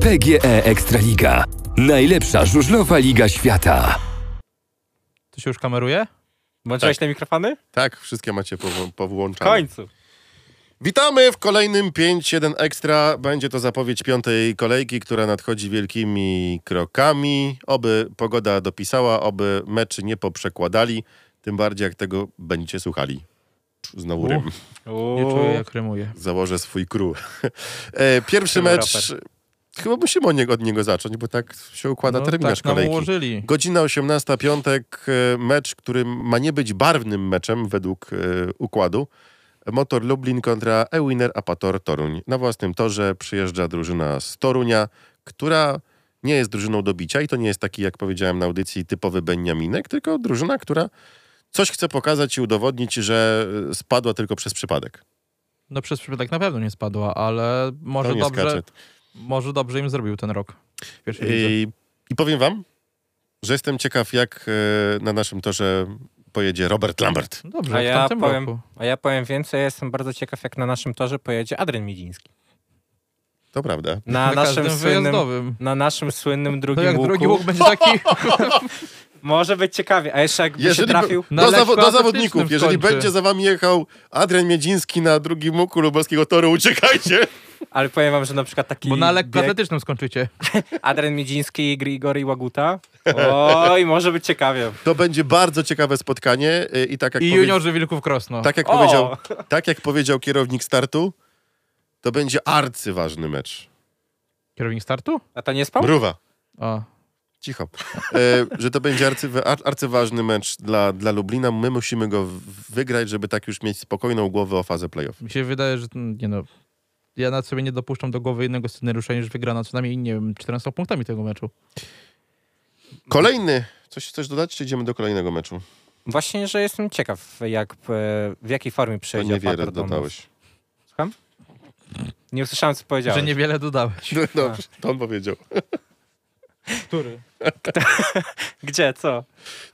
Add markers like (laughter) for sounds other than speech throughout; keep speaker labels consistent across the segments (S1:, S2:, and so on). S1: PGE E Ekstraliga. Najlepsza żużlowa liga świata.
S2: To się już kameruje?
S3: Włączyłeś te mikrofony?
S4: Tak, wszystkie macie pow-
S2: Tak.
S3: W
S4: powłączane.
S3: końcu.
S4: Witamy w kolejnym 5-7 Ekstra. Będzie to zapowiedź piątej kolejki, która nadchodzi wielkimi krokami. Oby pogoda dopisała, oby meczy nie poprzekładali. Tym bardziej, jak tego będziecie słuchali. Znowu rym.
S2: Nie czuję, jak rymuje.
S4: Założę swój crew. (laughs) E, Pierwszy
S3: Był
S4: mecz... Chyba musimy od niego, od niego zacząć, bo tak się układa
S2: No,
S4: terminarz
S2: tak nam
S4: kolejki.
S2: ułożyli.
S4: Godzina 18, piątek, e, mecz, który ma nie być barwnym meczem według e, układu. Motor Lublin kontra Ewiner Apator Toruń. Na własnym torze przyjeżdża drużyna z Torunia, która nie jest drużyną do bicia i to nie jest taki, jak powiedziałem na audycji, typowy Beniaminek, tylko drużyna, która coś chce pokazać i udowodnić, że e, spadła tylko przez przypadek.
S2: No przez przypadek na pewno nie spadła, ale może
S4: to nie
S2: dobrze,
S4: skacze.
S2: może dobrze im zrobił ten rok. w pierwszej lidze.
S4: I, I powiem wam, że jestem ciekaw, jak e, na naszym torze pojedzie Robert Lambert.
S2: Dobrze,
S3: A
S2: jak w
S3: ja,
S2: tamtym
S3: powiem,
S2: roku.
S3: a ja powiem więcej, ja jestem bardzo ciekaw, jak na naszym torze pojedzie Adrian Midziński.
S4: To prawda.
S2: (laughs)
S3: Na,
S2: Na
S3: naszym
S2: każdym
S3: słynnym,
S2: wyjazdowym.
S3: na naszym słynnym
S2: To
S3: drugim
S2: jak
S3: łuku.
S2: drugi łuk będzie taki
S3: Może być ciekawie, a jeszcze jakby się trafił...
S2: Na
S4: do, zawo-
S2: lekkoatletycznym
S4: do zawodników, jeżeli
S2: skończy.
S4: będzie za wami jechał Adrian Miedziński na drugim łuku lubelskiego toru, uciekajcie!
S3: Ale powiem wam, że na przykład taki
S2: Bo
S4: (laughs)
S2: na
S3: bieg
S2: lekkoatletycznym skończycie.
S4: Tak
S3: Adrian Miedziński i Grigori Łaguta. Oj, może być ciekawie.
S4: To będzie bardzo ciekawe spotkanie y, i tak jak,
S2: I
S4: powie-
S2: juniorzy Wilków Krosno.
S4: tak jak,
S3: O!
S2: (laughs)
S4: powiedział, tak jak powiedział kierownik startu, to będzie arcyważny mecz.
S2: Kierownik startu?
S3: A to nie spał?
S4: Mruwa.
S2: O.
S4: Cicho. E, że to będzie arcy, ar, arcyważny mecz dla, dla Lublina. My musimy go w- wygrać, żeby tak już mieć spokojną głowę o fazę playoff.
S2: Mi się wydaje, że mm, nie no. Ja nad sobie nie dopuszczam do głowy innego scenariusza niż wygrana co najmniej, nie wiem, 14 punktami tego meczu.
S4: Kolejny. Coś chcesz dodać, czy idziemy do kolejnego meczu?
S3: Właśnie, że jestem ciekaw, jak, e, w jakiej formie
S4: To
S3: przyjdzie
S4: niewiele
S3: Pater do
S2: (laughs)
S3: nas.
S4: dodałeś.
S3: Słucham? Nie usłyszałem, co powiedziałeś.
S2: Że niewiele dodałeś.
S4: No, dobrze, to on powiedział.
S2: Który?
S3: (laughs) Gdzie, co?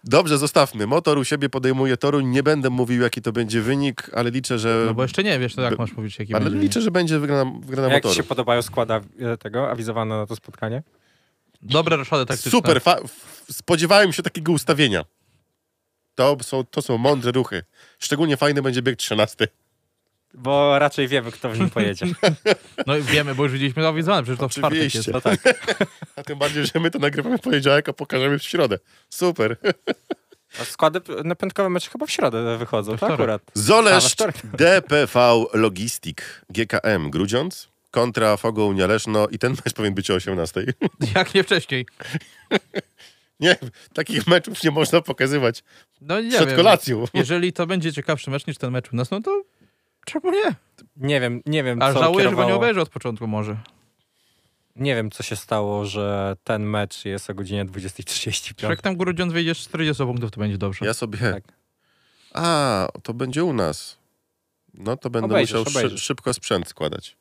S4: Dobrze, zostawmy. Motor u siebie podejmuje toru. Nie będę mówił, jaki to będzie wynik, ale liczę, że.
S2: No bo jeszcze nie wiesz, to jak masz mówić, jaki
S4: ale
S2: będzie.
S4: liczę, że będzie wygrana, wygrana
S3: Jak ci
S4: motoru.
S3: się podobają składa e, tego awizowane na to spotkanie?
S2: Dobre roszady
S3: tak
S2: taktyczne.
S4: Super, fa- f- spodziewałem się takiego ustawienia. To są, to są mądre ruchy. Szczególnie fajny będzie bieg 13.
S3: Bo raczej wiemy, kto w nim
S4: (laughs)
S3: pojedzie.
S2: No i wiemy, bo już widzieliśmy zawizowane, przecież to w czwartek
S4: Oczywiście.
S2: jest.
S3: No tak.
S4: (laughs) A tym bardziej, że my to nagrywamy w poniedziałek, a pokażemy w środę.
S2: (laughs)
S4: Super.
S3: A składy p- na piątkowe mecze chyba w środę wychodzą, to
S2: wtorek.
S3: akurat. A, we
S4: Zoleszcz
S3: wtorek.
S4: DPV Logistik GKM Grudziądz kontra Fogołnia Leszno i ten mecz powinien być o 18.
S2: No, Jak nie wcześniej.
S4: (laughs) Nie, takich meczów nie można pokazywać
S2: No nie
S4: przed
S2: wiem.
S4: kolacją.
S2: Jeżeli to będzie ciekawszy mecz niż ten mecz u nas, no to czemu nie?
S3: Nie wiem, nie wiem,
S2: A
S3: co
S2: żałuję, że go
S3: kierowało...
S2: nie obejrzę od początku może.
S4: Tak.
S3: Nie wiem, co się stało, że ten mecz jest o godzinie 20.35.
S2: Czy jak tam Grudziądz wyjdziesz z 40 punktów, to będzie dobrze.
S4: Ja sobie.
S3: Tak.
S4: A, to będzie u nas. No to będę
S3: Obejrzysz,
S4: musiał szy-
S3: obejrzysz.
S4: szybko sprzęt składać.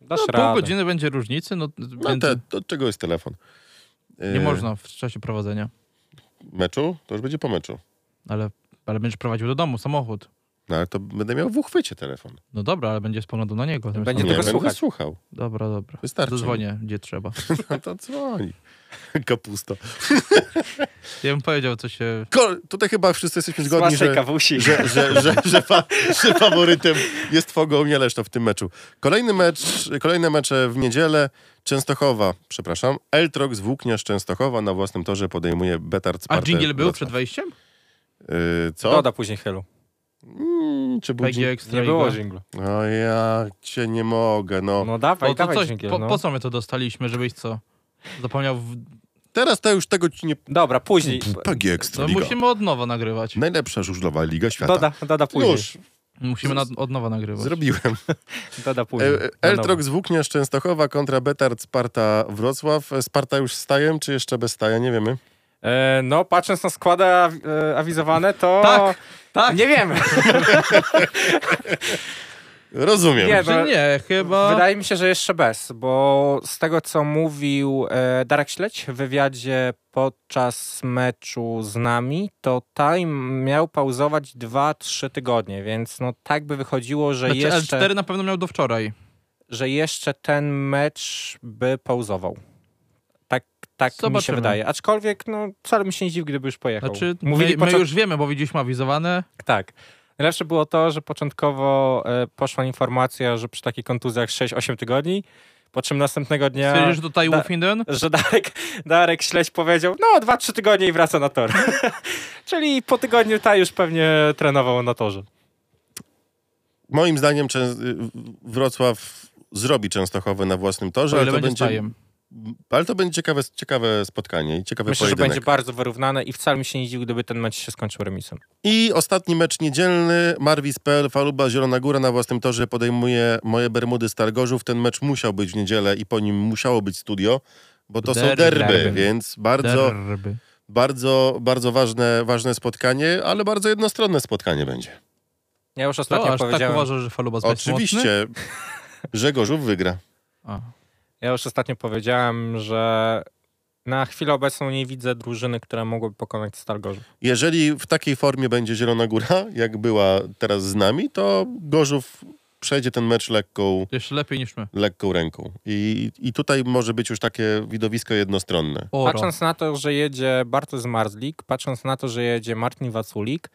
S3: Dasz
S2: no, pół
S3: radę.
S2: godziny będzie różnicy, no,
S4: No
S2: będzie,
S4: te, od czego jest telefon?
S2: nie
S4: Yy,
S2: można w czasie prowadzenia.
S4: Meczu? To już będzie po meczu.
S2: Ale, ale będziesz prowadził do domu samochód.
S4: No ale to będę miał w uchwycie telefon.
S2: No dobra, ale będzie z ponodu na niego. natomiast-
S3: Będzie
S4: nie,
S3: tego
S4: będę
S3: słuchać.
S4: słuchał.
S2: Dobra, dobra.
S4: Wystarczy.
S2: Zadzwonię, gdzie trzeba.
S4: No to dzwoni. Kapusto.
S2: Ja bym powiedział, co się...
S4: Ko- tutaj chyba wszyscy jesteśmy zgodni,
S3: Słaszej
S4: że,
S3: kawusi.
S4: że, że, że, że, fa- że faworytem jest Fogołnia Leszno w tym meczu. Kolejny mecz, kolejne mecze w niedzielę. Częstochowa, przepraszam, Eltrox Włókniarz Częstochowa na własnym torze podejmuje Betard
S2: A
S4: Spartę
S2: jingle był
S4: Wrocław.
S2: przed wejściem?
S4: Yy, co?
S3: Doda później chylu.
S4: Mm, czy był
S2: PG
S4: dżing-
S2: Ekstra
S3: Nie było
S2: Liga.
S3: żinglu.
S4: No ja cię nie mogę, no.
S3: No dawaj,
S2: Po, to
S3: dawaj
S2: coś,
S3: dżingiel,
S2: po,
S3: no.
S2: po co my to dostaliśmy, żebyś co? Zapomniał... W...
S4: Teraz to już tego ci nie...
S3: Dobra, później.
S4: PG
S2: No,
S4: Ekstra Liga.
S2: musimy od nowa nagrywać.
S4: Najlepsza żużlowa liga świata.
S3: Doda, doda później.
S4: Już,
S2: Musimy na, od nowa nagrywać.
S4: zrobiłem.
S3: Doda później. No
S4: E, e, Eltrox Włókniarz Częstochowa kontra Betard Sparta Wrocław. E, Sparta już z stajem, czy jeszcze bez staja? Nie wiemy.
S3: E, no, patrząc na składy aw- e, awizowane, to.
S2: Tak, tak.
S3: Nie wiemy.
S4: Rozumiem.
S3: Nie,
S2: Że nie, chyba...
S3: Wydaje mi się, że jeszcze bez, bo z tego co mówił e, Darek Śleć w wywiadzie podczas meczu z nami, to time miał pauzować 2-3 tygodnie, więc no tak by wychodziło, że
S2: Znaczy,
S3: jeszcze.
S2: L4 na pewno miał do wczoraj.
S3: że jeszcze ten mecz by pauzował. Tak, tak mi się
S2: Zobaczymy.
S3: wydaje. Aczkolwiek, no, wcale mi się nie dziwi, gdyby już pojechał.
S2: Znaczy,
S3: Mówili
S2: my, my
S3: począ-
S2: już wiemy, bo widzieliśmy awizowane.
S3: Tak. Najlepsze było to, że początkowo e, poszła informacja, że przy takich kontuzjach 6-8 tygodni, po czym następnego dnia...
S2: Stwierdzisz, że tutaj
S3: Da-
S2: Wolfinden?
S3: że Darek, Darek Śleś powiedział, no dwa, trzy tygodnie i wraca na tor. (laughs) Czyli po tygodniu ta już pewnie trenował na torze.
S4: Moim zdaniem Czę- Wrocław zrobi Częstochowę na własnym torze,
S2: O
S4: ale
S2: ile
S4: to
S2: będzie
S4: będzie,
S2: stajem.
S4: ale to będzie ciekawe, ciekawe spotkanie i ciekawy
S3: Myślę, że
S4: pojedynek.
S3: będzie bardzo wyrównane i wcale mi się nie dziwi, gdyby ten mecz się skończył remisem.
S4: I ostatni mecz niedzielny. Marwis.pl, Faluba Zielona Góra na własnym torze podejmuje moje Bermudy z Targorzów. Ten mecz musiał być w niedzielę i po nim musiało być studio, bo to są
S2: Derby.
S4: derby,
S2: Derby.
S4: więc bardzo,
S2: Derby.
S4: bardzo, bardzo ważne, ważne spotkanie, ale bardzo jednostronne spotkanie będzie.
S3: Ja już
S2: To
S3: ostatnio
S2: aż tak
S3: powiedziałem,
S2: uważasz, że Faluba jest mocny? (laughs)
S4: Oczywiście Grzegorzów wygra.
S2: A.
S3: ja już ostatnio powiedziałem, że na chwilę obecną nie widzę drużyny, która mogłaby pokonać Stargorzów.
S4: Jeżeli w takiej formie będzie Zielona Góra, jak była teraz z nami, to Gorzów przejdzie ten mecz lekką,
S2: Jeszcze lepiej niż my.
S4: lekką ręką. I, I tutaj może być już takie widowisko jednostronne.
S2: Oro.
S3: Patrząc na to, że jedzie Bartosz Marzlik, patrząc na to, że jedzie Martin Waculik,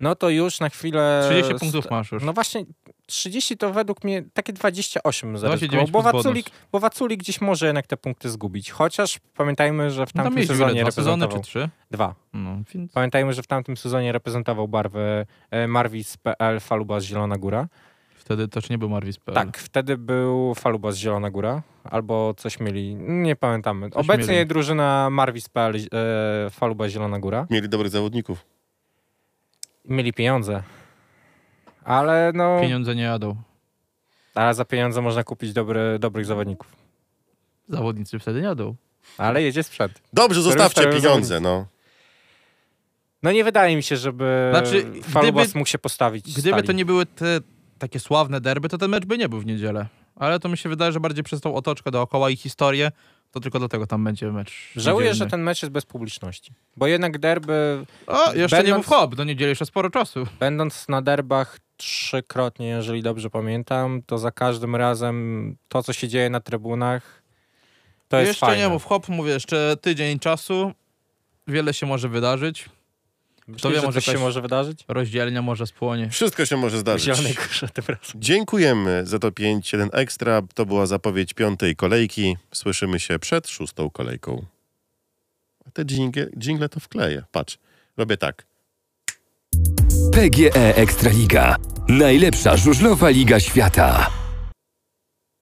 S3: no to już na chwilę...
S2: 30
S3: st-
S2: punktów masz już.
S3: No właśnie, 30 to według mnie takie 28 zaryzykował,
S2: 29
S3: bo
S2: plus
S3: Waculik, bo Waculik gdzieś może jednak te punkty zgubić. Chociaż pamiętajmy, że w
S2: No tam
S3: tamtym
S2: jest
S3: sezonie
S2: dwa sezony
S3: reprezentował...
S2: czy trzy.
S3: Dwa.
S2: No, więc
S3: Pamiętajmy, że w tamtym sezonie reprezentował barwy e, Marwis.pl, Falubas Zielona Góra.
S2: wtedy też nie był Marwis PL.
S3: Tak, wtedy był Falubas Zielona Góra, albo coś mieli, nie pamiętamy. Obecnie
S2: mieli.
S3: drużyna Marwis.pl, e, Falubas Zielona Góra.
S4: Mieli dobrych zawodników.
S3: Mieli pieniądze. Ale no,
S2: Pieniądze nie jadą.
S3: ale za pieniądze można kupić dobry, dobrych zawodników.
S2: Zawodnicy wtedy nie jadą.
S3: Ale jedzie sprzęt.
S4: Dobrze, zostawcie
S3: Którym-
S4: pieniądze, no.
S3: No nie wydaje mi się, żeby
S2: Znaczy,
S3: znaczy, Falubas
S2: gdyby-
S3: mógł się postawić
S2: Gdyby
S3: stali.
S2: to nie były te takie sławne derby, to ten mecz by nie był w niedzielę. Ale to mi się wydaje, że bardziej przez tą otoczkę dookoła i historię, to tylko dlatego tam będzie mecz.
S3: Żałuję,
S2: niedzielny.
S3: że ten mecz jest bez publiczności. Bo jednak derby,
S2: O, jeszcze nie
S3: będąc-
S2: mów hop, do niedzieli jeszcze sporo czasu.
S3: będąc na derbach trzykrotnie, jeżeli dobrze pamiętam, to za każdym razem to, co się dzieje na trybunach, to jest
S2: jeszcze
S3: fajne.
S2: nie mów hop, mówię, jeszcze tydzień czasu. Wiele się może wydarzyć.
S3: Myślisz,
S2: Kto wie,
S3: że
S2: może
S3: coś się
S2: jakaś-
S3: może wydarzyć?
S2: Rozdzielnia może spłonie.
S4: Wszystko się może
S3: W Zielonej
S4: zdarzyć.
S3: Górze tym razem.
S4: Dziękujemy za to 5-1 Ekstra. To była zapowiedź piątej kolejki. Słyszymy się przed szóstą kolejką. A te dżingle, dżingle to wkleję. Patrz, robię tak.
S1: E PGE Ekstraliga. Najlepsza żużlowa liga świata.